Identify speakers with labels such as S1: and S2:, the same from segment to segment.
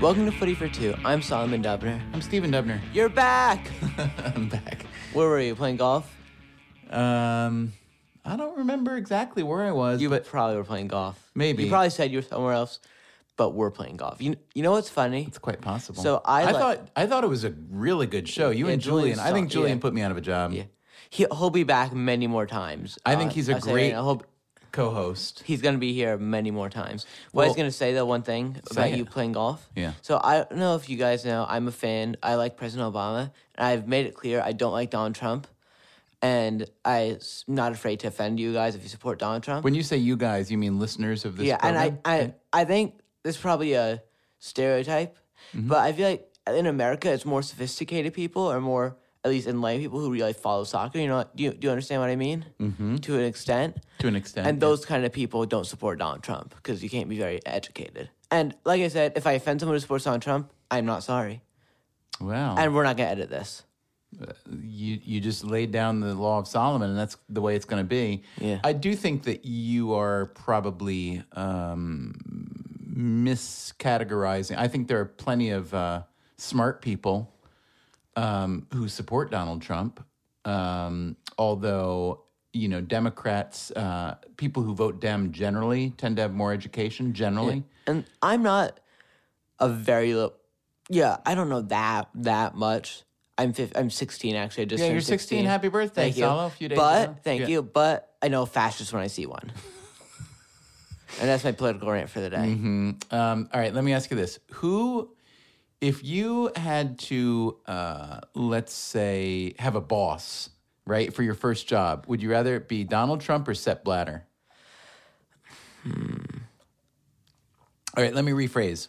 S1: Welcome to Footy for Two. I'm Solomon Dubner.
S2: I'm Stephen Dubner.
S1: You're back.
S2: I'm back.
S1: Where were you playing golf?
S2: Um, I don't remember exactly where I was,
S1: You
S2: but
S1: probably were playing golf.
S2: Maybe.
S1: you probably said you were somewhere else, but we're playing golf. You you know what's funny?
S2: it's quite possible.
S1: So I like-
S2: thought I thought it was a really good show. You
S1: Yeah,
S2: and
S1: Julian's
S2: Julian. I think
S1: so-
S2: Julian
S1: yeah.
S2: put me out of a job.
S1: Yeah. He he'll be back many more times.
S2: I think
S1: Uh,
S2: he's a
S1: I'll say right
S2: great
S1: now, he'll-
S2: co-host.
S1: he's gonna be here many more times. What I was
S2: Well-
S1: gonna say though, one thing about
S2: Say it.
S1: you playing golf.
S2: Yeah.
S1: So I don't know if you guys know, I'm a fan. I like President Obama, and I've made it clear I don't like Donald Trump, and I'm not afraid to offend you guys if you support Donald Trump.
S2: When you say you guys, you mean listeners of this
S1: yeah,
S2: program?
S1: and I, I I think there's probably a stereotype,
S2: Mm-hmm.
S1: but I feel like in America it's more sophisticated people or more at least enlightened people who really follow soccer. You know, do you, do you understand what I mean? Mm-hmm. To an extent.
S2: to an extent.
S1: And those kind of people don't support Donald Trump because you can't be very educated. And like I said, if I offend someone who supports Donald Trump, I'm not sorry.
S2: yeah. Wow.
S1: And we're not going to edit this.
S2: you you just laid down the law of Solomon, and that's the way it's going to be.
S1: Yeah.
S2: I do think that you are probably um, miscategorizing. I think there are plenty of uh, smart people um, who support Donald Trump, um, although. You know, Democrats, uh, people who vote Dem generally tend to have more education generally.
S1: And I'm not a very li- yeah, I don't know that that much. I'm 15, I'm 16 actually. I just
S2: Yeah,
S1: turned
S2: you're 16. Happy birthday,
S1: Thank you.
S2: Salo, a few days
S1: but
S2: ago.
S1: thank
S2: Yeah.
S1: you. But I know fascists when I see one. and that's my political rant for the day.
S2: Um, all right, let me ask you this: Who, if you had to, uh, let's say, have a boss, right, for your first job, would you rather it be Donald Trump or Sepp Blatter? Hmm. All right, let me rephrase: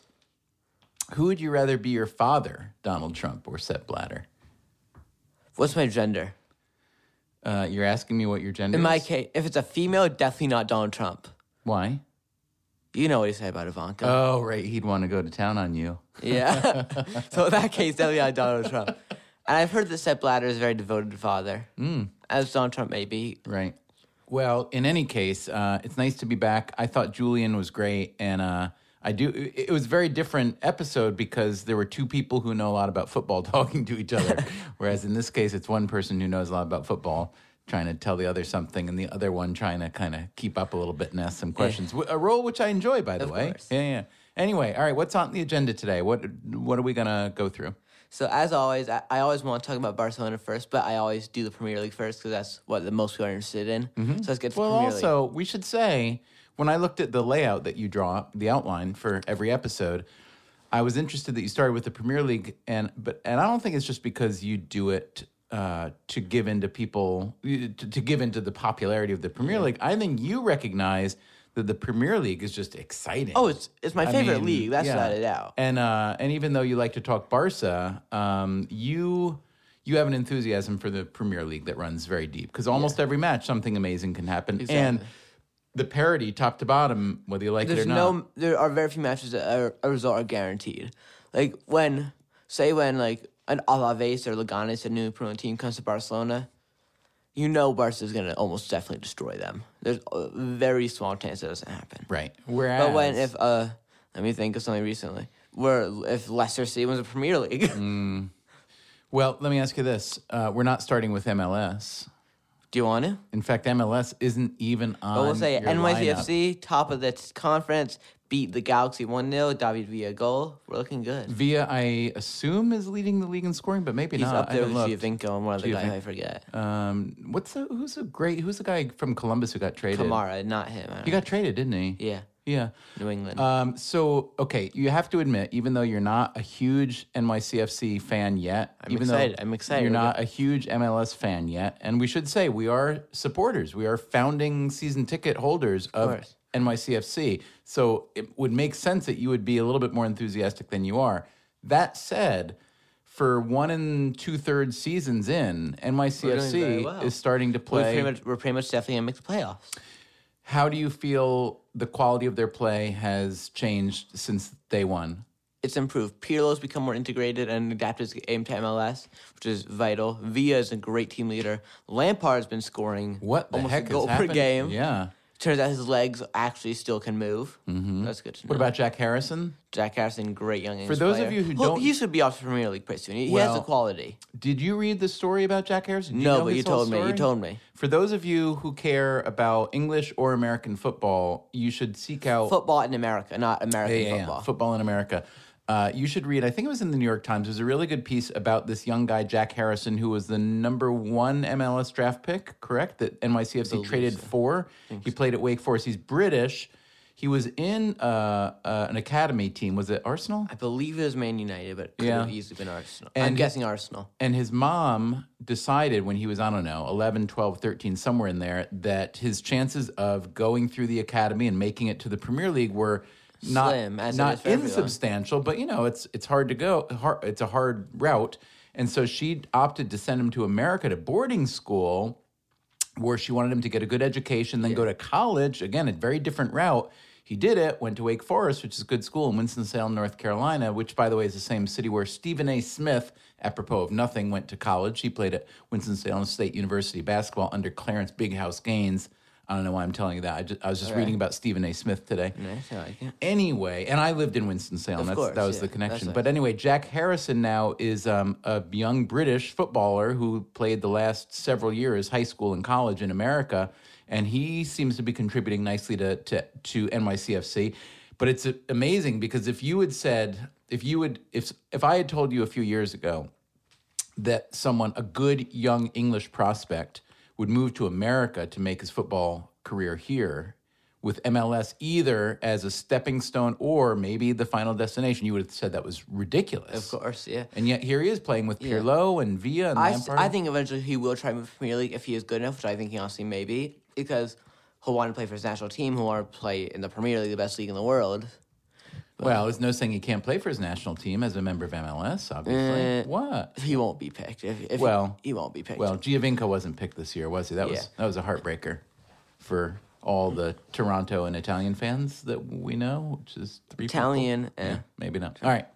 S2: Who would you rather be your father, Donald Trump or Sepp Blatter?
S1: What's my gender?
S2: Uh, you're asking me what your gender
S1: In my
S2: is.
S1: case, if it's a female, definitely not Donald Trump.
S2: Why?
S1: You know what he said about Ivanka.
S2: Oh, right, he'd want to go to town on you.
S1: Yeah. so in that case, definitely not Donald Trump. And I've heard that Sepp Blatter is a very devoted father, mm. as Donald Trump may be.
S2: Right. Well, in any case, uh, it's nice to be back. I thought Julian was great, and uh, I do. It it was a very different episode because there were two people who know a lot about football talking to each other, whereas in this case, it's one person who knows a lot about football trying to tell the other something, and the other one trying to kind of keep up a little bit and ask some questions. Wh- A role which I enjoy, by the way.
S1: course.
S2: Yeah, yeah. Anyway, all right. What's on the agenda today? What What are we gonna go through?
S1: So as always, I, I always want to talk about Barcelona first, but I always do the Premier League first because that's what the most people are interested in. So let's get to
S2: Mm-hmm. Well,
S1: Premier League.
S2: also, we should say when I looked at the layout that you draw, the outline for every episode, I was interested that you started with the Premier League, and but and I don't think it's just because you do it uh, to give into people to, to give into the popularity of the Premier League. I think you recognize that the Premier League is just exciting.
S1: Oh, it's it's my
S2: I
S1: favorite
S2: mean,
S1: league. That's
S2: yeah.
S1: without a doubt.
S2: And uh, and even though you like to talk Barca, um, you you have an enthusiasm for the Premier League that runs very deep because almost every match something amazing can happen. And the parity, top to bottom, whether you like it
S1: There's
S2: or not.
S1: no, there are very few matches that are, a result are guaranteed. Like when, say when like an Alaves or Leganes, a new pro team, comes to Barcelona, you know Barca is gonna almost definitely destroy them. There's a very small chance that doesn't happen.
S2: right. Whereas,
S1: But when if uh, let me think of something recently where if Leicester City was a Premier League,
S2: Mm. well, let me ask you this: uh, we're not starting with MLS.
S1: do you want to?
S2: In fact, MLS isn't even on.
S1: But we'll say
S2: your lineup.
S1: NYCFC top of the t- conference beat the Galaxy one 0 David Villa goal. We're looking good.
S2: Via, I assume, is leading the league in scoring, but maybe
S1: He's
S2: not.
S1: up
S2: I
S1: there with
S2: haven't looked.
S1: Giovinco and one other guy
S2: Giovinco.
S1: I forget.
S2: Um, what's the who's a great who's the guy from Columbus who got traded?
S1: Kamara, not him. I don't
S2: He got traded, didn't he?
S1: Yeah,
S2: Yeah.
S1: New England.
S2: Um, so okay, you have to admit, even though you're not a huge NYCFC fan yet, I'm even though
S1: excited. I'm excited.
S2: You're
S1: We're
S2: not a huge MLS fan yet, and we should say we are supporters. We are founding season ticket holders of,
S1: course.
S2: NYCFC. So it would make sense that you would be a little bit more enthusiastic than you are. That said. For one and two thirds seasons in,
S1: very
S2: NYCFC
S1: well.
S2: is starting to
S1: we're, pretty
S2: play
S1: much, we're pretty much definitely gonna make the playoffs.
S2: how do you feel the quality of their play has changed since day one?
S1: It's improved. Pirlo's become more integrated and adapted his game to MLS, which is vital. Villa is a great team leader. Lampard's been scoring
S2: What the
S1: almost
S2: heck
S1: a
S2: has
S1: goal per
S2: happened?
S1: game.
S2: Yeah.
S1: Turns out his legs actually still can move. Mm-hmm. That's good to know.
S2: What about Jack Harrison?
S1: Jack Harrison? Great young English
S2: those of
S1: player.
S2: you who
S1: Well,
S2: don't-
S1: he should be off to Premier League pretty soon. He, he has
S2: Well,
S1: the quality.
S2: Did you read the story about Jack Harrison? Do
S1: No,
S2: know
S1: but
S2: his
S1: you
S2: whole
S1: told me. You
S2: story?
S1: told me.
S2: For those of you who care about English or American football, you should seek out
S1: Football in America, not American
S2: Yeah, yeah, yeah.
S1: football.
S2: in America. Uh, you should read. I think it was in the New York Times. There's a really good piece about this young guy Jack Harrison, who was the number one MLS draft pick, correct? That NYCFC traded for. He played at Wake Forest. He's British. He was in uh, uh, an academy team. Was it Arsenal?
S1: I believe it was Man United, but it could
S2: Yeah.
S1: have easily been Arsenal. I'm
S2: And-
S1: guessing Arsenal.
S2: And his mom decided when he was, I don't know, 11, 12, 13, somewhere in there, that his chances of going through the academy and making it to the Premier League were not,
S1: Slim, as it is
S2: not
S1: for everyone.
S2: insubstantial, but you know, it's, it's hard to go, har it's a hard route. And so she opted to send him to America to boarding school where she wanted him to get a good education, then go to college. Again, a very different route. He did it, went to Wake Forest, which is a good school in Winston-Salem, North Carolina, which, by the way, is the same city where Stephen A. Smith, apropos of nothing, went to college. He played at Winston-Salem State University basketball under Clarence Big House Gaines. I don't know why I'm telling you that. I, ju- I was just reading about Stephen A. Smith today.
S1: Nice, I like it.
S2: Anyway, and I lived in Winston-Salem. That's,
S1: course,
S2: that was
S1: yeah.
S2: the
S1: That's
S2: connection.
S1: nice.
S2: But anyway, Jack Harrison now is um, a young British footballer who played the last several years, high school and college in America, and he seems to be contributing nicely to to, to NYCFC. But it's uh, amazing because if you had said, if you would, if if I had told you a few years ago that someone, a good young English prospect, would move to America to make his football career here with MLS either as a stepping stone or maybe the final destination, you would have said that was ridiculous.
S1: Of course, yeah.
S2: And yet here he is playing with Pirlo and Villa and
S1: I, s-
S2: Lampard.
S1: I think eventually he will try to move to Premier League if he is good enough, which I think he honestly may be, because he'll want to play for his national team, he'll want to play in the Premier League, the best league in the world.
S2: well, there's no saying he can't play for his national team as a member of MLS, obviously.
S1: Eh.
S2: what?
S1: He won't be picked. If, if
S2: Well-
S1: he, won't be picked.
S2: Well, Giovinco wasn't picked this year, was he? That
S1: Yeah.
S2: was that was a heartbreaker for all the Toronto and Italian fans that we know, which is three people.
S1: Italian. eh.
S2: Maybe not. All right.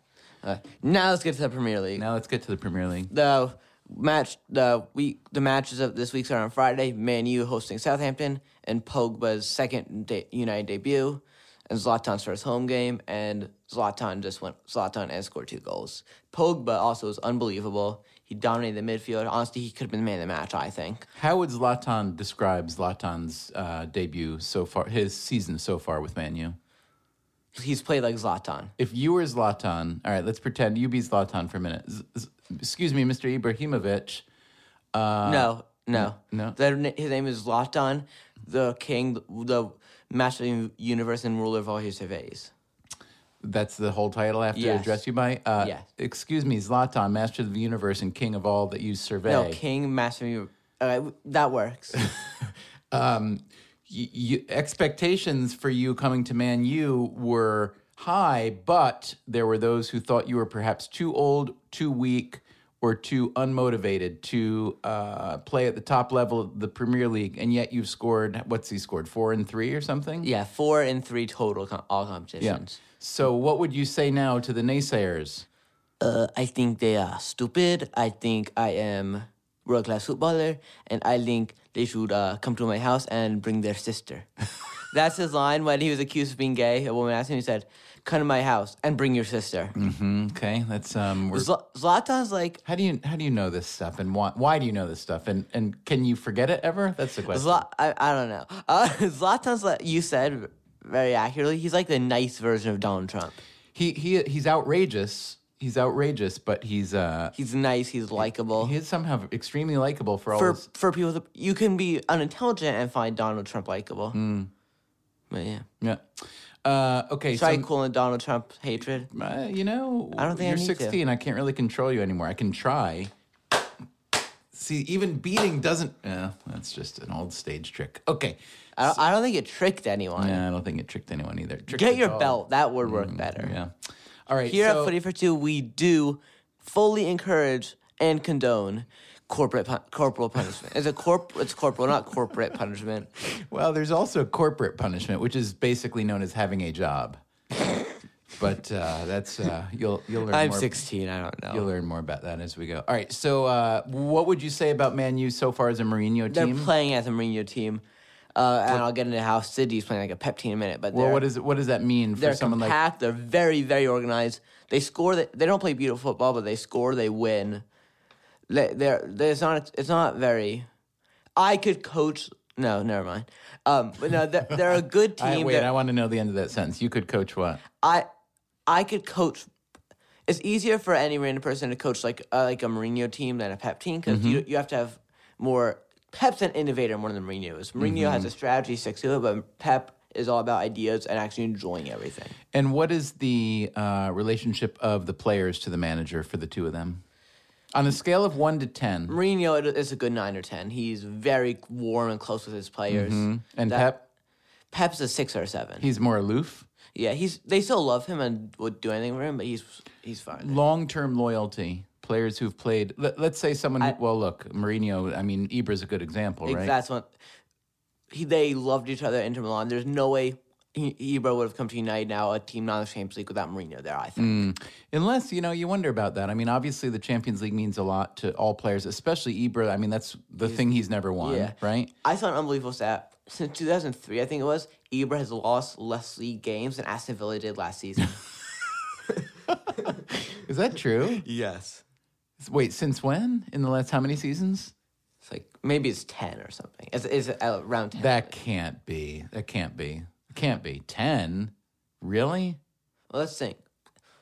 S1: Uh, now let's get to the Premier League.
S2: Now let's get to the Premier League.
S1: The match, the week, the matches of this week's are on Friday. Man U hosting Southampton, and Pogba's second de- United debut, and Zlatan's first home game, and Zlatan just went. Zlatan and scored two goals. Pogba also was unbelievable. He dominated the midfield. Honestly, he could have been the man of the match. I think.
S2: How would Zlatan describe Zlatan's uh, debut so far, his season so far with Man U?
S1: He's played like Zlatan.
S2: If you were Zlatan, all right, let's pretend you be Zlatan for a minute. Z- z- excuse me, Mr. Ibrahimovic.
S1: no, no,
S2: no.
S1: Their na- his name is Zlatan, the king, the master of the universe, and ruler of all his surveys.
S2: That's the whole title I have to
S1: Yes.
S2: address you by? Uh,
S1: Yes.
S2: Excuse me, Zlatan, master of the universe and king of all that you survey.
S1: No, king, master. of uni- All right, that works.
S2: y- you, expectations for you coming to Man U were high, but there were those who thought you were perhaps too old, too weak, or too unmotivated to uh, play at the top level of the Premier League. And yet you've scored, what's he scored, four and three or something?
S1: Yeah, four and three total com- all competitions.
S2: So what would you say now to the naysayers?
S1: Uh, I think they are stupid. I think I am world class footballer, and I think they should uh, come to my house and bring their sister. That's his line when he was accused of being gay. A woman asked him, he said, "Come to my house and bring your sister."
S2: Okay, that's um. We're,
S1: Zla- Zlatan's like
S2: how do you how do you know this stuff, and why why do you know this stuff, and and can you forget it ever? That's the question.
S1: Zla- I, I don't know. Uh, Zlatan's like you said very accurately. He's like the nice version of Donald Trump.
S2: he he he's outrageous. He's outrageous, but he's uh
S1: He's nice. He's likable.
S2: he's somehow extremely likable for all.
S1: for
S2: his,
S1: for people that you can be unintelligent and find Donald Trump likable.
S2: Hmm.
S1: But yeah,
S2: yeah. Uh, okay,
S1: try
S2: so
S1: cooling Donald Trump hatred.
S2: uh, you know, I
S1: don't think I
S2: you're
S1: need to.
S2: 16. I can't really control you anymore. I can try. See, even beating doesn't. Uh, that's just an old stage trick. Okay,
S1: I don't, I don't think it tricked anyone.
S2: yeah, I don't think it tricked anyone either. It tricked
S1: Get
S2: us
S1: your
S2: all. Hmm.
S1: belt. That would work better.
S2: Yeah. All right.
S1: Here
S2: so-
S1: at Footy for Two, we do fully encourage and condone corporate pun- corporal punishment. It's a corp. It's corporal, not corporate punishment.
S2: Well, there's also corporate punishment, which is basically known as having a job. but uh, that's uh, you'll you'll learn.
S1: I'm
S2: more
S1: 16. I don't
S2: You'll
S1: know.
S2: learn more about that as we go. All right. So, uh, what would you say about Man U so far as a Mourinho
S1: They're
S2: team?
S1: playing as a Mourinho team. Uh, and I'll get into how City's playing like a pep team in a minute. But
S2: Well,
S1: they're-
S2: what is it? What does that mean for
S1: they're
S2: someone like?
S1: compact. they're very, very organized. They score. They, they don't play beautiful football, but they score. They win. They, they're, they, it's not. It's not very. I could coach. No, never mind. Um, but no, they're, they're a good
S2: I,
S1: team.
S2: wait,
S1: They're-
S2: I want to know the end of that sentence. You could coach what?
S1: I I could coach. It's easier for any random person to coach like uh, like a Mourinho team than a Pep team because
S2: Mm-hmm.
S1: you you have to have more. Pep's an innovator more than Mourinho is. Mourinho has
S2: Mm-hmm.
S1: a strategy, sticks to it, but Pep is all about ideas and actually enjoying everything.
S2: And what is the uh, relationship of the players to the manager for the two of them? On a scale of one to ten,
S1: Mourinho it- is a good nine or ten. He's very warm and close with his players.
S2: and
S1: That-
S2: Pep,
S1: Pep's a six or a seven.
S2: he's more aloof.
S1: yeah, he's they still love him and would do anything for him, but he's he's fine.
S2: Long-term loyalty. Players who've played. Let, let's say someone. who- well, look, Mourinho. I mean, Ibra's a good example, right?
S1: That's what he, they loved each other at Inter Milan. There's no way he- Ibra would have come to United now, a team not in the Champions League without Mourinho there. I think
S2: Unless, you know, you wonder about that. I mean, obviously the Champions League means a lot to all players, especially Ibra. I mean, that's the thing he's never won,
S1: yeah.
S2: right?
S1: I saw an unbelievable stat since 2003. I think it was Ibra has lost less league games than Aston Villa did last season.
S2: Is that true?
S1: yes,
S2: Wait, since when? In the last how many seasons?
S1: it's like maybe it's ten or something. It's, it's around ten.
S2: That can't be. That can't be. Can't be. 10? Really?
S1: Well, let's think.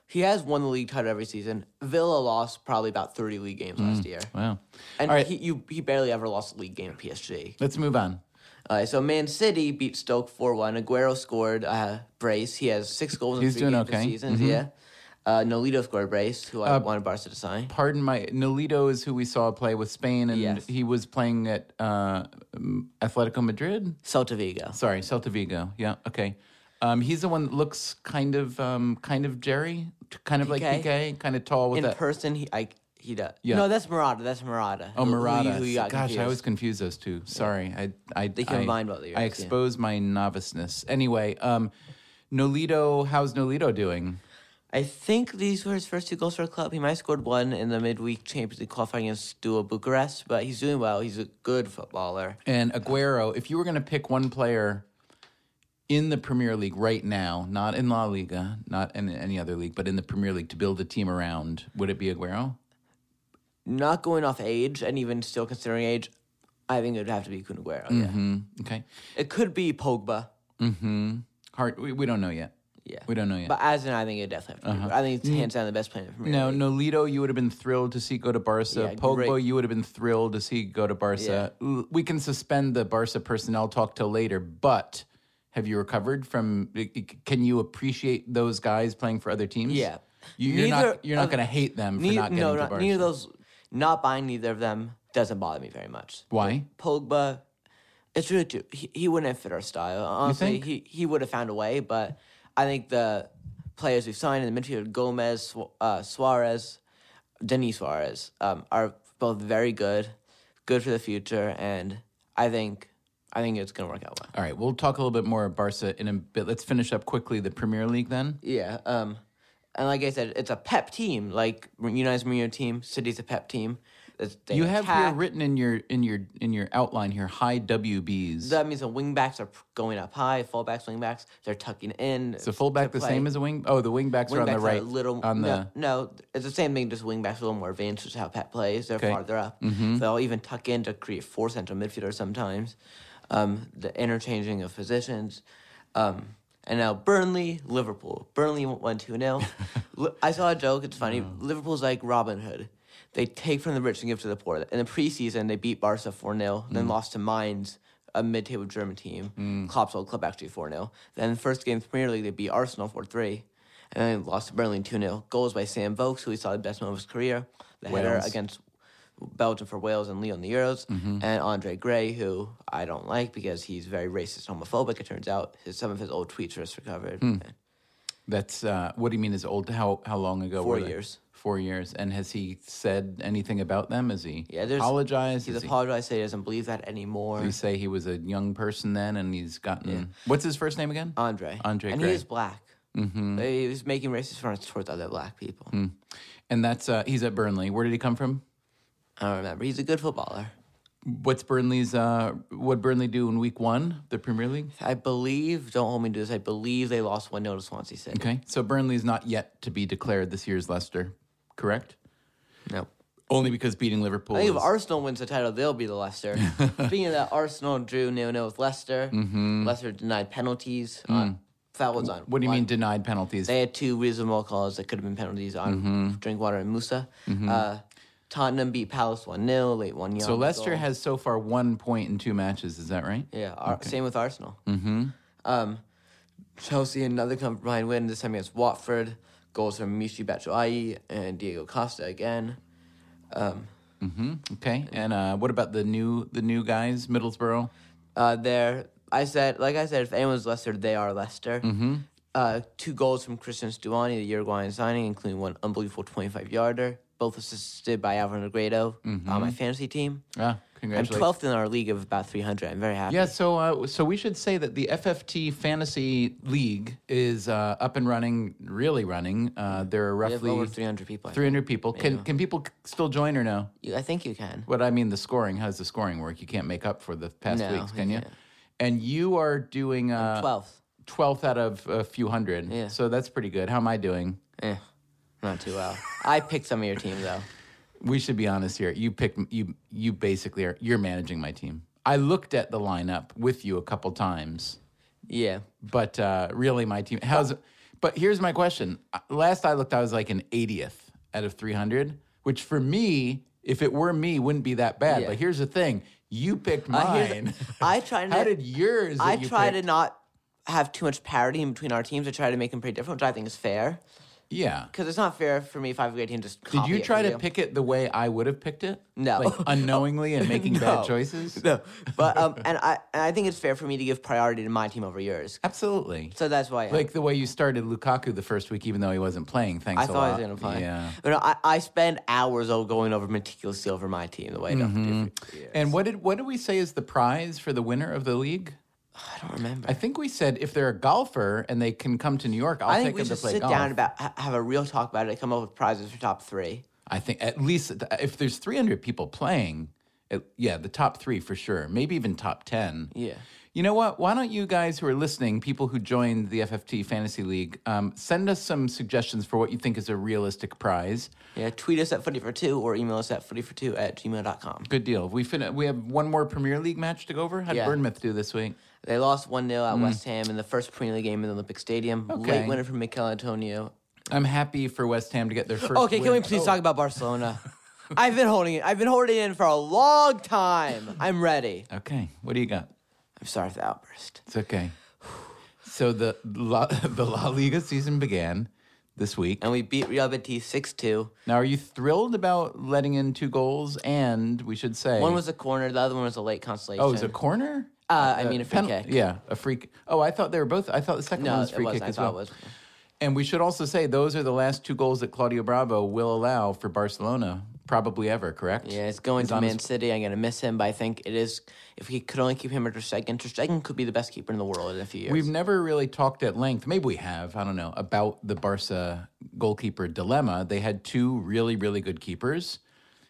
S1: He has won the league title every season. Villa lost probably about 30 league games last year.
S2: Wow.
S1: And
S2: Mm. All right.
S1: he, you, he barely ever lost a league game at PSG.
S2: Let's move on.
S1: All right, so Man City beat Stoke 4 1. Aguero scored a brace. He has six goals in
S2: He's
S1: three
S2: doing
S1: games this
S2: okay. Mm-hmm. Uh,
S1: season. Yeah. Uh, Nolito scored a brace, who I wanted Barca to sign.
S2: Pardon my. Nolito is who we saw play with Spain, and
S1: Yes.
S2: he was playing at uh, um, Atletico Madrid.
S1: Celta Vigo.
S2: Sorry, Celta Vigo. Yeah, okay. Um, he's the one that looks kind of, um, kind of Jerry, t- kind of like
S1: PK.
S2: PK, kind of tall with
S1: In
S2: that.
S1: person, he I, he does. No, that's Murata. That's Murata.
S2: Oh, Murata.
S1: Who, you got
S2: Gosh, I
S1: confused.
S2: always confuse those two. Sorry, I, I they
S1: combine both of yours,
S2: I
S1: yeah.
S2: expose my noviceness. Anyway, um, Nolito, how's Nolito doing?
S1: I think these were his first two goals for the club. He might have scored one in the midweek Champions League qualifying against Dua Bucharest, but he's doing well. He's a good footballer.
S2: And Aguero, if you were going to pick one player in the Premier League right now, not in La Liga, not in any other league, but in the Premier League to build a team around, would it be Aguero?
S1: Not going off age, and even still considering age, I think it would have to be Kun Aguero. Yeah.
S2: Hmm, okay,
S1: It could be Pogba.
S2: hard. We, we don't know yet.
S1: Yeah.
S2: We don't know yet.
S1: But as an, I think it definitely have to. be I think it's hands down the best player for me.
S2: No, Nolito, you would have been thrilled to see go to Barca.
S1: Yeah,
S2: Pogba,
S1: great.
S2: you would have been thrilled to see go to Barca. L- We can suspend the Barca personnel talk till later, but have you recovered from? i- i- Can you appreciate those guys playing for other teams?
S1: Yeah.
S2: You- you're
S1: Neither
S2: not. You're not
S1: of-
S2: going to hate them for not getting
S1: no,
S2: to
S1: not,
S2: Barca.
S1: neither of those. Not buying neither of them doesn't bother me very much.
S2: Why?
S1: Pogba, it's really too, he, he wouldn't have fit our style. Honestly,
S2: think?
S1: he he would have found a way. But I think the players we've signed in the midfield, Gomez, Su- uh, Suarez, Denis Suarez, um, are both very good, good for the future, and I think I think it's gonna work out well.
S2: All right, we'll talk a little bit more of Barca in a bit. Let's finish up quickly the Premier League then.
S1: Yeah. Um, and like I said, it's a pep team. Like United's Mourinho team, City's a pep team. It's- They
S2: You have here
S1: attack.
S2: written in your in your in your outline here high WBs.
S1: that means the wing backs are going up high, fullbacks, wing backs, they're tucking in.
S2: the fullback the
S1: play.
S2: same as a wing. Oh, the wing backs are on the
S1: Wingbacks
S2: right.
S1: a little
S2: on the
S1: no, no, it's the same thing. Just wingbacks are a little more advanced, which is how Pep plays. They're farther up.
S2: Mm-hmm.
S1: They'll even tuck in to create four central midfielders sometimes. Um, the interchanging of positions. Um, and now Burnley, Liverpool. Burnley won two 0 I saw a joke. It's funny.
S2: Oh.
S1: Liverpool's like Robin Hood. They take from the rich and give to the poor. In the preseason, they beat Barca 4 0,
S2: Mm.
S1: then lost to Mainz, a mid table German team. Klopp's old club, actually 4 0. Then, the first game of the Premier League, they beat Arsenal 4 3 and then they lost to Berlin 2 0. Goals by Sam Vokes, who he saw the best moment of his career. The header
S2: Wales. Mm-hmm.
S1: against Belgium for Wales and Leo in the Euros. And Andre Gray, who I don't like because he's very racist and homophobic, it turns out. His, some of his old tweets were just recovered.
S2: Hmm. That's uh, what do you mean? Is old? How how long ago?
S1: Four
S2: were they?
S1: years.
S2: Four years. And has he said anything about them? Has he
S1: Yeah, there's-
S2: apologized?
S1: He's
S2: Has he-
S1: apologized, said he doesn't believe that anymore.
S2: you say he was a young person then, and he's gotten. What's his first name again?
S1: Andre.
S2: Andre
S1: And
S2: Gray.
S1: he is black. Mm-hmm. He was making racist fronts towards other black people.
S2: Hmm. and that's uh, he's at Burnley. Where did he come from?
S1: I don't remember. He's a good footballer.
S2: What's Burnley's? Uh, what Burnley do in Week One, the Premier League?
S1: I believe, don't hold me to this, I believe they lost 1 0 to Swansea City.
S2: Okay, so Burnley's not yet to be declared this year's Leicester, correct?
S1: No.
S2: Only because beating Liverpool.
S1: I think if
S2: is-
S1: Arsenal wins the title, they'll be the Leicester. Speaking of that, Arsenal drew 0 0 with Leicester. Leicester denied penalties. On, foul was on.
S2: Mm-hmm. Hmm. what do you
S1: one.
S2: mean denied penalties?
S1: They had two reasonable calls that could have been penalties on
S2: Mm-hmm.
S1: Drinkwater and Musa. Uh, Tottenham beat Palace 1 0, late 1 0.
S2: so Leicester has so far one point in two matches. Is that right?
S1: Yeah, Ar- same with Arsenal. Mm-hmm. Um, Chelsea, another come from behind win, this time against Watford. Goals from Michi Batshuayi and Diego Costa again.
S2: Okay. And uh, what about the new the new guys, Middlesbrough?
S1: Uh, there, I said, like I said, if anyone's Leicester, they are Leicester. Mm-hmm. Uh, two goals from Christian Stuani, the Uruguayan signing, including one unbelievable 25 yarder, both assisted by Alvaro Negredo on my fantasy team.
S2: Ah,
S1: I'm
S2: congratulations.
S1: 12th in our league of about 300. I'm very happy.
S2: Yeah, so uh, so we should say that the FFT Fantasy League is uh, up and running, really running. Uh, there are
S1: we Mm-hmm. have
S2: roughly
S1: over 300 people. I think.
S2: 300 people. Can can people c- still join or no?
S1: You- I think you can.
S2: What I mean, the scoring. How does the scoring work? You can't make up for the past
S1: No,
S2: weeks, can you?
S1: yeah.
S2: And you are doing uh,
S1: 12th.
S2: 12th out of a few hundred.
S1: Yeah.
S2: So that's pretty good. How am I doing?
S1: Eh, not too well. I picked some of your team though.
S2: We should be honest here. You picked you. You basically are. You're managing my team. I looked at the lineup with you a couple times.
S1: Yeah,
S2: but uh, really my team how's but here's my question Uh, last i looked i was like an 80th out of 300 which for me if it were me wouldn't be that bad
S1: Yeah.
S2: but here's the thing you picked
S1: Uh, here's-
S2: mine
S1: I try to.
S2: how did yours that
S1: I
S2: you
S1: try to
S2: picked-
S1: not have too much parity in between our teams. I try to make them pretty different, which I think is fair
S2: yeah
S1: because it's not fair for me if I have a great team just.
S2: did
S1: copy
S2: you
S1: it
S2: try
S1: from
S2: to
S1: you.
S2: pick it the way i would have picked it
S1: No.
S2: like unknowingly and making
S1: No.
S2: bad choices
S1: No, but um, and I and I think it's fair for me to give priority to my team over yours.
S2: absolutely
S1: So that's why.
S2: like the way you started lukaku the first week even though he wasn't playing thanks
S1: I
S2: a
S1: thought I
S2: lot
S1: was gonna play.
S2: yeah
S1: But no, I, I spend hours of going over meticulously over my team the way I don't.
S2: Mm-hmm.
S1: do for-
S2: and what did what did we say is the prize for the winner of the league
S1: I don't remember.
S2: I think we said if they're a golfer and they can come to New York, I'll
S1: I
S2: take
S1: think we
S2: them to
S1: should
S2: play
S1: sit
S2: golf.
S1: down about ha- have a real talk about it. and Come up with prizes for top three.
S2: I think at least if there's 300 people playing, it, yeah, the top three for sure, maybe even top 10.
S1: Yeah.
S2: You know what? Why don't you guys who are listening, people who joined the FFT Fantasy League, um, send us some suggestions for what you think is a realistic prize.
S1: Yeah, tweet us at footy for two or email us at footy for two at gmail.com.
S2: Good deal. We fin- we have one more Premier League match to go over. How would
S1: Yeah.
S2: Bournemouth do this week?
S1: They lost 1 0 at West Ham in the first Premier League game in the Olympic Stadium.
S2: Okay.
S1: Late winner from Mikel Antonio.
S2: I'm happy for West Ham to get their first.
S1: Oh, Okay, can we
S2: win.
S1: please talk about Barcelona? I've been holding it. I've been holding it in for a long time. I'm ready.
S2: Okay, what do you got?
S1: I'm sorry for the outburst.
S2: It's okay. So the La, the La Liga season began this week.
S1: And we beat Real Betis 6 2.
S2: Now, are you thrilled about letting in two goals? And we should say
S1: One was a corner, the other one was a late consolation.
S2: oh, it was a corner.
S1: Uh, I mean, a free
S2: penal-
S1: kick.
S2: Yeah, a free. k- Oh, I thought they were both. I thought the second one
S1: No,
S2: was
S1: it
S2: free
S1: wasn't.
S2: kick
S1: I
S2: as
S1: thought
S2: well.
S1: it was.
S2: And we should also say those are the last two goals that Claudio Bravo will allow for Barcelona, probably ever. Correct?
S1: Yeah, it's going to
S2: on his-
S1: Man City. I'm going to miss him, but I think it is. If he could only keep him under second, Ter Stegen could be the best keeper in the world in a few years.
S2: We've never really talked at length, maybe we have, I don't know, about the Barca goalkeeper dilemma. They had two really, really good keepers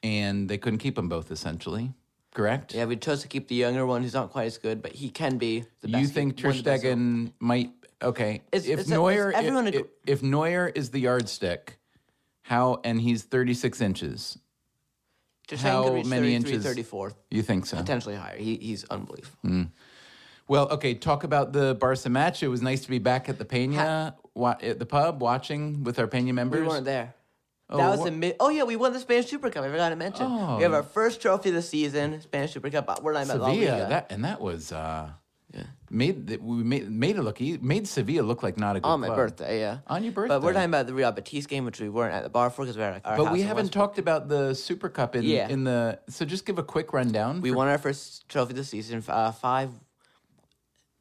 S2: and they couldn't keep them both, essentially. Correct?
S1: Yeah, we chose to keep the younger one who's not quite as good, but he can be the best.
S2: you think
S1: keeper-
S2: Ter
S1: one of the best one.
S2: Stegen might. Okay.
S1: It's-
S2: if,
S1: it's-
S2: Neuer,
S1: it's- everyone
S2: if,
S1: agree-
S2: if Neuer is the yardstick, how, and he's 36 inches,
S1: Ter
S2: how
S1: Stegen could reach
S2: many
S1: 33,
S2: inches? Hmm.
S1: 34,
S2: you think so?
S1: potentially higher. He, he's unbelievable.
S2: Well, okay, talk about the Barca match. It was nice to be back at the Pena, wa- at the pub, watching with our Pena members.
S1: We weren't there. that was
S2: wha-
S1: the mid. Oh yeah, we won the Spanish Super Cup. I forgot to mention.
S2: Oh.
S1: We have our first trophy this season, Spanish Super Cup. but We're not at La
S2: Sevilla,
S1: Liga.
S2: that and that was uh, made th- we made made it look e- made Sevilla look like not a good
S1: on my
S2: club.
S1: birthday, yeah.
S2: On your
S1: But we're
S2: birthday.
S1: talking about the Real Betis game, which we weren't at the bar for because we were at our
S2: But
S1: house
S2: we
S1: in
S2: haven't
S1: Westbrook.
S2: talked about the Super Cup in,
S1: Yeah.
S2: in the so just give a quick rundown.
S1: We won our first trophy this season, f- uh, five.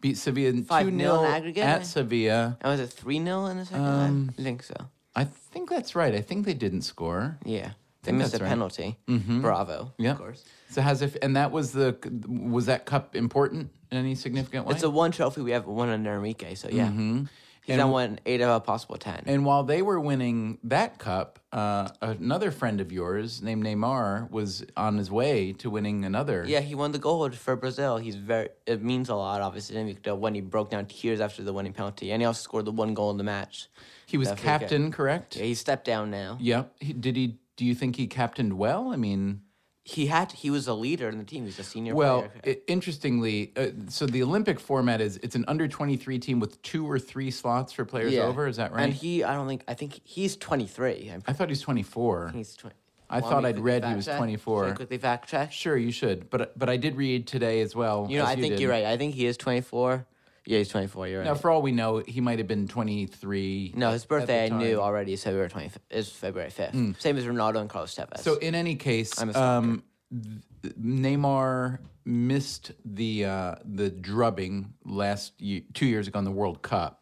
S2: beat Sevilla
S1: Five
S2: two
S1: nil in
S2: 0
S1: aggregate, I-
S2: at Sevilla.
S1: And was it three 0 in the second?
S2: Um,
S1: leg? I think so.
S2: I think that's right. I think they didn't score.
S1: Yeah, they
S2: think
S1: missed a
S2: that's right.
S1: penalty.
S2: Mm-hmm.
S1: Bravo.
S2: Yeah,
S1: of course.
S2: So how's if and that was the was that cup important in any significant way?
S1: It's the one trophy we haven't won under Enrique, so yeah.
S2: Mhm.
S1: He's now won eight out of a possible ten.
S2: And while they were winning that cup, uh, another friend of yours named Neymar was on his way to winning another.
S1: yeah, he won the gold for Brazil. He's very. It means a lot, obviously. to Victor When he broke down tears after the winning penalty, and he also scored the one goal in the match.
S2: He was
S1: Definitely good.
S2: captain, correct?
S1: Yeah, he stepped down now.
S2: Yep. He, did he? Do you think he captained well? I mean,
S1: He had. He was a leader in the team. He's a senior.
S2: well,
S1: player.
S2: i interestingly, uh, so the Olympic format is it's an under twenty three team with two or three slots for players
S1: Yeah.
S2: over. Is that right?
S1: And he, I don't think. I think he's twenty three.
S2: I thought he was twenty four.
S1: He's twenty.
S2: I
S1: Want me
S2: thought
S1: to
S2: I'd
S1: quickly
S2: read he
S1: fact
S2: was
S1: check? Should I
S2: 24.
S1: Quickly fact check.
S2: Sure, you should, but but I did read today as well.
S1: You know,
S2: as
S1: I think
S2: did.
S1: you're right. I think he is 24. Yeah, he's 24. You're right.
S2: Now, for all we know, he might have been 23.
S1: no, his birthday I
S2: time. Hmm.
S1: knew already is February 25th. Is February 5th. Same as Ronaldo and Carlos Tevez.
S2: So, in any case,
S1: I'm a sucker.
S2: um, th- Neymar missed the uh, the drubbing last year, two years ago in the World Cup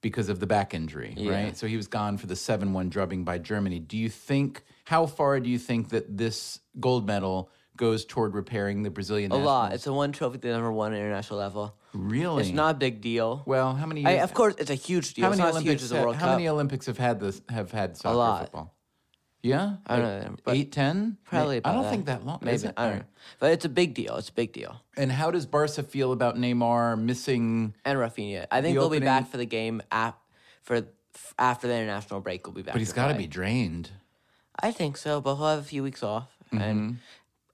S2: because of the back injury, right? So he was gone for the seven one drubbing by Germany. Do you think how far do you think that this gold medal goes toward repairing the Brazilian?
S1: a lot. It's a one trophy to number one international level.
S2: really.
S1: It's not a big deal.
S2: well. How many? Years,
S1: I, of course, it's a huge deal.
S2: how
S1: It's
S2: many
S1: not as huge
S2: Olympics?
S1: as the
S2: ha-
S1: World
S2: how
S1: Cup.
S2: many Olympics have had this? Have had soccer
S1: lot.
S2: football? Yeah,
S1: I don't know, but
S2: eight, ten.
S1: Probably.
S2: I
S1: about
S2: don't think that long.
S1: Maybe
S2: is it?
S1: I don't know. But it's a big deal. It's a big deal.
S2: And how does Barca feel about Neymar missing?
S1: And Rafinha. I think
S2: The
S1: they'll be
S2: opening-
S1: back for the game ap- for f- after the international break. We'll be back.
S2: But he's
S1: to
S2: got to
S1: play.
S2: be drained.
S1: I think so, but he'll have a few weeks off.
S2: Mm-hmm.
S1: And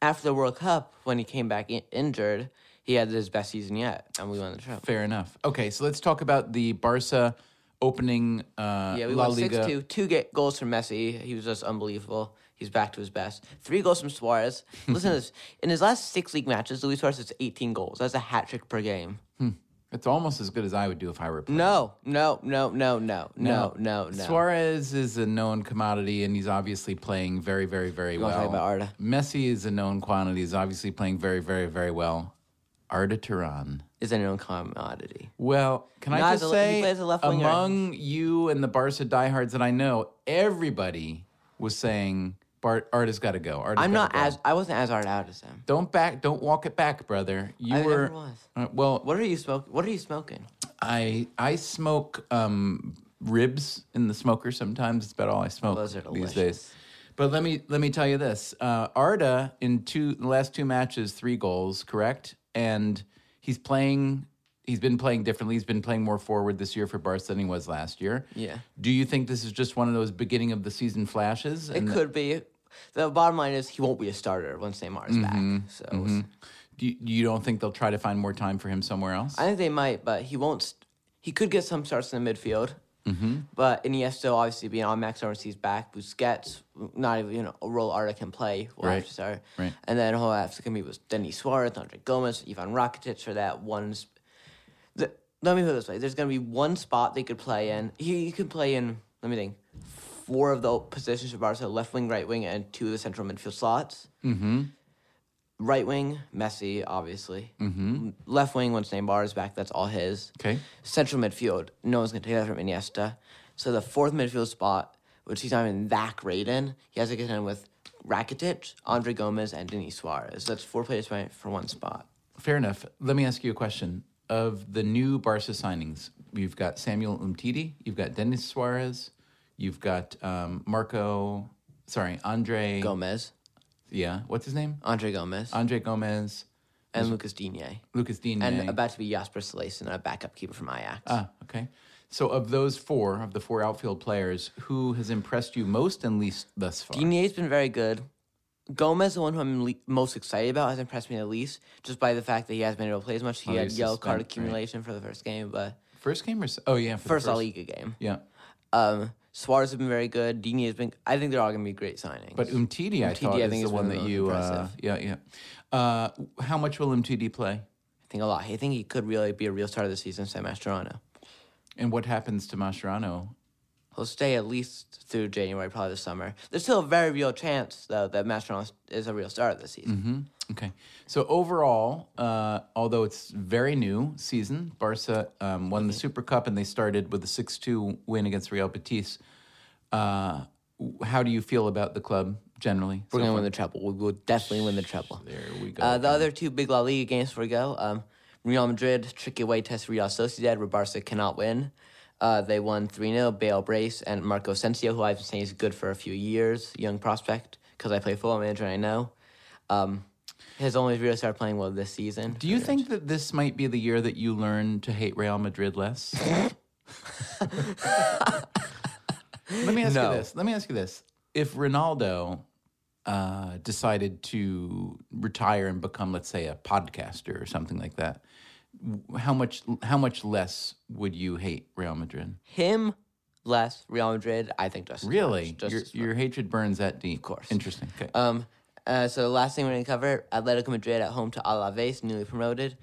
S1: after the World Cup, when he came back in- injured, he had his best season yet, and we won the trophy.
S2: Fair enough. Okay, so let's talk about the Barca opening uh,
S1: Yeah, we
S2: La
S1: won
S2: Liga.
S1: six two. Two ga- goals from Messi. He was just unbelievable. He's back to his best. Three goals from Suarez. Listen to this. In his last six league matches, Luis Suarez has 18 goals. That's a hat trick per game.
S2: It's almost as good as I would do if I were. playing.
S1: No, no, no, no, no, no, no, no.
S2: Suarez is a known commodity, and he's obviously playing very, very, very
S1: wanna
S2: well.
S1: talk about Arda?
S2: Messi is a known quantity. He's obviously playing very, very, very well. Arda Turan.
S1: Is a known commodity.
S2: Well, can
S1: Not
S2: I
S1: as
S2: just
S1: a- he
S2: say,
S1: plays a left winger.
S2: among you and the Barca diehards that I know, everybody was saying Bart Arta's got to go. Arta's
S1: I'm
S2: gotta
S1: not
S2: go.
S1: as I wasn't as hard out as him.
S2: Don't back. Don't walk it back, brother. You
S1: I
S2: were.
S1: never was.
S2: Uh, well,
S1: What are you smoking? What are you smoking?
S2: I I smoke um, ribs in the smoker sometimes. It's about all I smoke
S1: Those are
S2: these
S1: delicious.
S2: days. But let me let me tell you this: uh, Arda in two the last two matches, three goals, correct? And he's playing. He's been playing differently. He's been playing more forward this year for Barca than he was last year.
S1: Yeah.
S2: Do you think this is just one of those beginning of the season flashes?
S1: It
S2: And
S1: could be. The bottom line is he won't be a starter once Neymar is
S2: Mm-hmm.
S1: back. So it's-
S2: do you, you don't think they'll try to find more time for him somewhere else?
S1: I think they might, but he won't. St- he could get some starts in the midfield. Mm-hmm. But Iniesta obviously being on max Ernst, he's back. Busquets, not even you know a role Arda can play. Will
S2: Right.
S1: have to start.
S2: Right.
S1: And then he'll have to compete with Denis Suarez, Andre Gomez, Ivan Rakitic for that one. Sp- the, let me put it this way: there's going to be one spot they could play in. He, he could play in. Let me think. Four of the positions for Barca: left wing, right wing, and two of the central midfield slots. Mm-hmm. Right wing, Messi, obviously. Mm-hmm. Left wing, once Neymar is back, that's all his.
S2: Okay.
S1: Central midfield, no one's going to take that from Iniesta. So the fourth midfield spot, which he's not even that great in, he has to contend with Rakitic, Andre Gomez, and Denis Suarez. That's four players for for one spot.
S2: Fair enough. Let me ask you a question. Of the new Barca signings, you've got Samuel Umtiti, you've got Denis Suarez, you've got um, Marco, sorry, Andre.
S1: Gomez,
S2: Yeah, what's his name?
S1: Andre Gomez,
S2: Andre Gomez,
S1: and Lucas Digne.
S2: Lucas Digne.
S1: And about to be Jasper Slason, a backup keeper from Ajax.
S2: ah, okay. So of those four, of the four outfield players, who has impressed you most and least thus far?
S1: Dinier's been very good. Gomez, the one who I'm le- most excited about, has impressed me the least, just by the fact that he hasn't been able to play as much. He
S2: he
S1: had
S2: was
S1: yellow card
S2: suspended, right.
S1: accumulation for the first game, but
S2: First game or s- oh yeah, for the
S1: first, La Liga game.
S2: Yeah,
S1: Um, Suarez has been very good. Dini has been. I think they're all going to be great signings.
S2: but Umtiti, I thought
S1: I
S2: is
S1: think
S2: the
S1: is one
S2: one
S1: of
S2: that
S1: the
S2: you.
S1: most
S2: Uh, yeah, yeah. Uh, how much will Umtiti play,
S1: I think a lot. I think he could really be a real star of the season. Sam Mascherano.
S2: and what happens to Mascherano
S1: He'll stay at least through January, probably the summer. There's still a very real chance, though, that Mascherano is a real star of the season.
S2: Mm-hmm. Okay. So overall, uh, although it's very new season, Barca um, won the Super Cup and they started with a 6-2 win against Real Betis. Uh, w- how do you feel about the club generally?
S1: We're
S2: So
S1: going to win the treble. We will definitely win the treble.
S2: there we go.
S1: Uh, the other two big La Liga games for go. Um, Real Madrid trick away test Real Sociedad, where Barca cannot win. Uh, they won 3 0. Bale Brace and Marco Sensio, who I've been saying is good for a few years, young prospect, because I play football manager and I know. Um, has only really started playing well this season.
S2: Do you think that this might be the year that you learn to hate Real Madrid less? Let me ask
S1: No.
S2: you this. Let me ask you this. If Ronaldo uh, decided to retire and become, let's say, a podcaster or something like that, w- how much how much less would you hate Real Madrid?
S1: Him less, Real Madrid, I think just as
S2: Really,
S1: much, just
S2: your,
S1: as much.
S2: your hatred burns that deep. Of
S1: course.
S2: Interesting. Okay.
S1: Um, uh, so the last thing we're going to cover, Atletico Madrid at home to Alaves, newly promoted.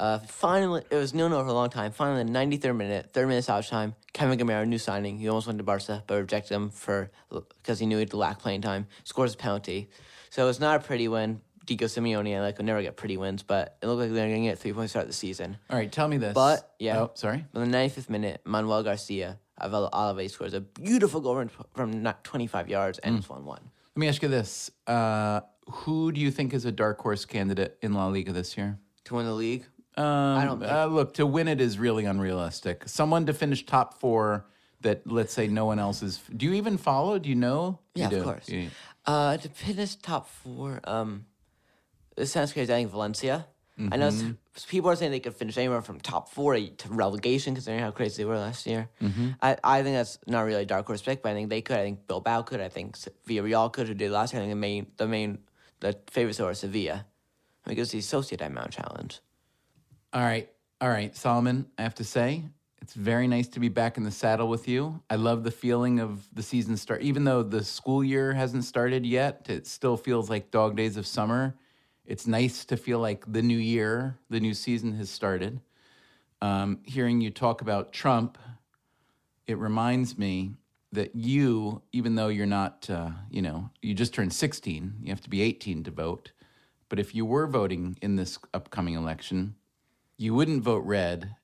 S1: Uh, finally, it was nil nil for a long time. Finally, the 93rd minute, third minute stoppage time, Kevin Gamero, new signing. He almost went to Barca, but rejected him for because he knew he'd lack playing time. Scores a penalty. So it's not a pretty win. Diego Simeone and like will never get pretty wins, but it looked like they're going to get three points to start the season.
S2: All right. Tell me this.
S1: but, yeah.
S2: Oh, sorry.
S1: In the 95th minute, Manuel Garcia of Alaves scores a beautiful goal from- from not 25 yards and it's 1 1.
S2: Let me ask you this: uh, Who do you think is a dark horse candidate in La Liga this year?
S1: To win the league,
S2: Um,
S1: don't think-
S2: uh, look, to win it is really unrealistic. Someone to finish top four that let's say no one else is. Do you even follow? Do you know? You
S1: Yeah, of
S2: do.
S1: course.
S2: You-
S1: Uh, to finish top four, um, this sounds crazy. I think Valencia. I know s- people are saying they could finish anywhere from top four to relegation, considering how crazy they were last year. I, I think that's not really a dark horse pick, but I think they could. I think Bilbao could. I think S- Villarreal could, who did last year. I think the main, the main, the favorites are Sevilla. We could see Sociedad Mount Challenge.
S2: All right, all right, Solomon. I have to say, it's very nice to be back in the saddle with you. I love the feeling of the season start, even though the school year hasn't started yet. It still feels like dog days of summer. It's nice to feel like the new year, the new season has started. um, hearing you talk about Trump, it reminds me that you, even though you're not, uh, you know, you just turned 16, you have to be 18 to vote. But if you were voting in this upcoming election, you wouldn't vote red.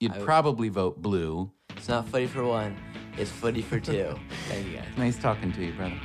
S2: You'd probably vote blue.
S1: It's not footy for one. It's footy for two. Thank you guys.
S2: Nice talking to you, brother.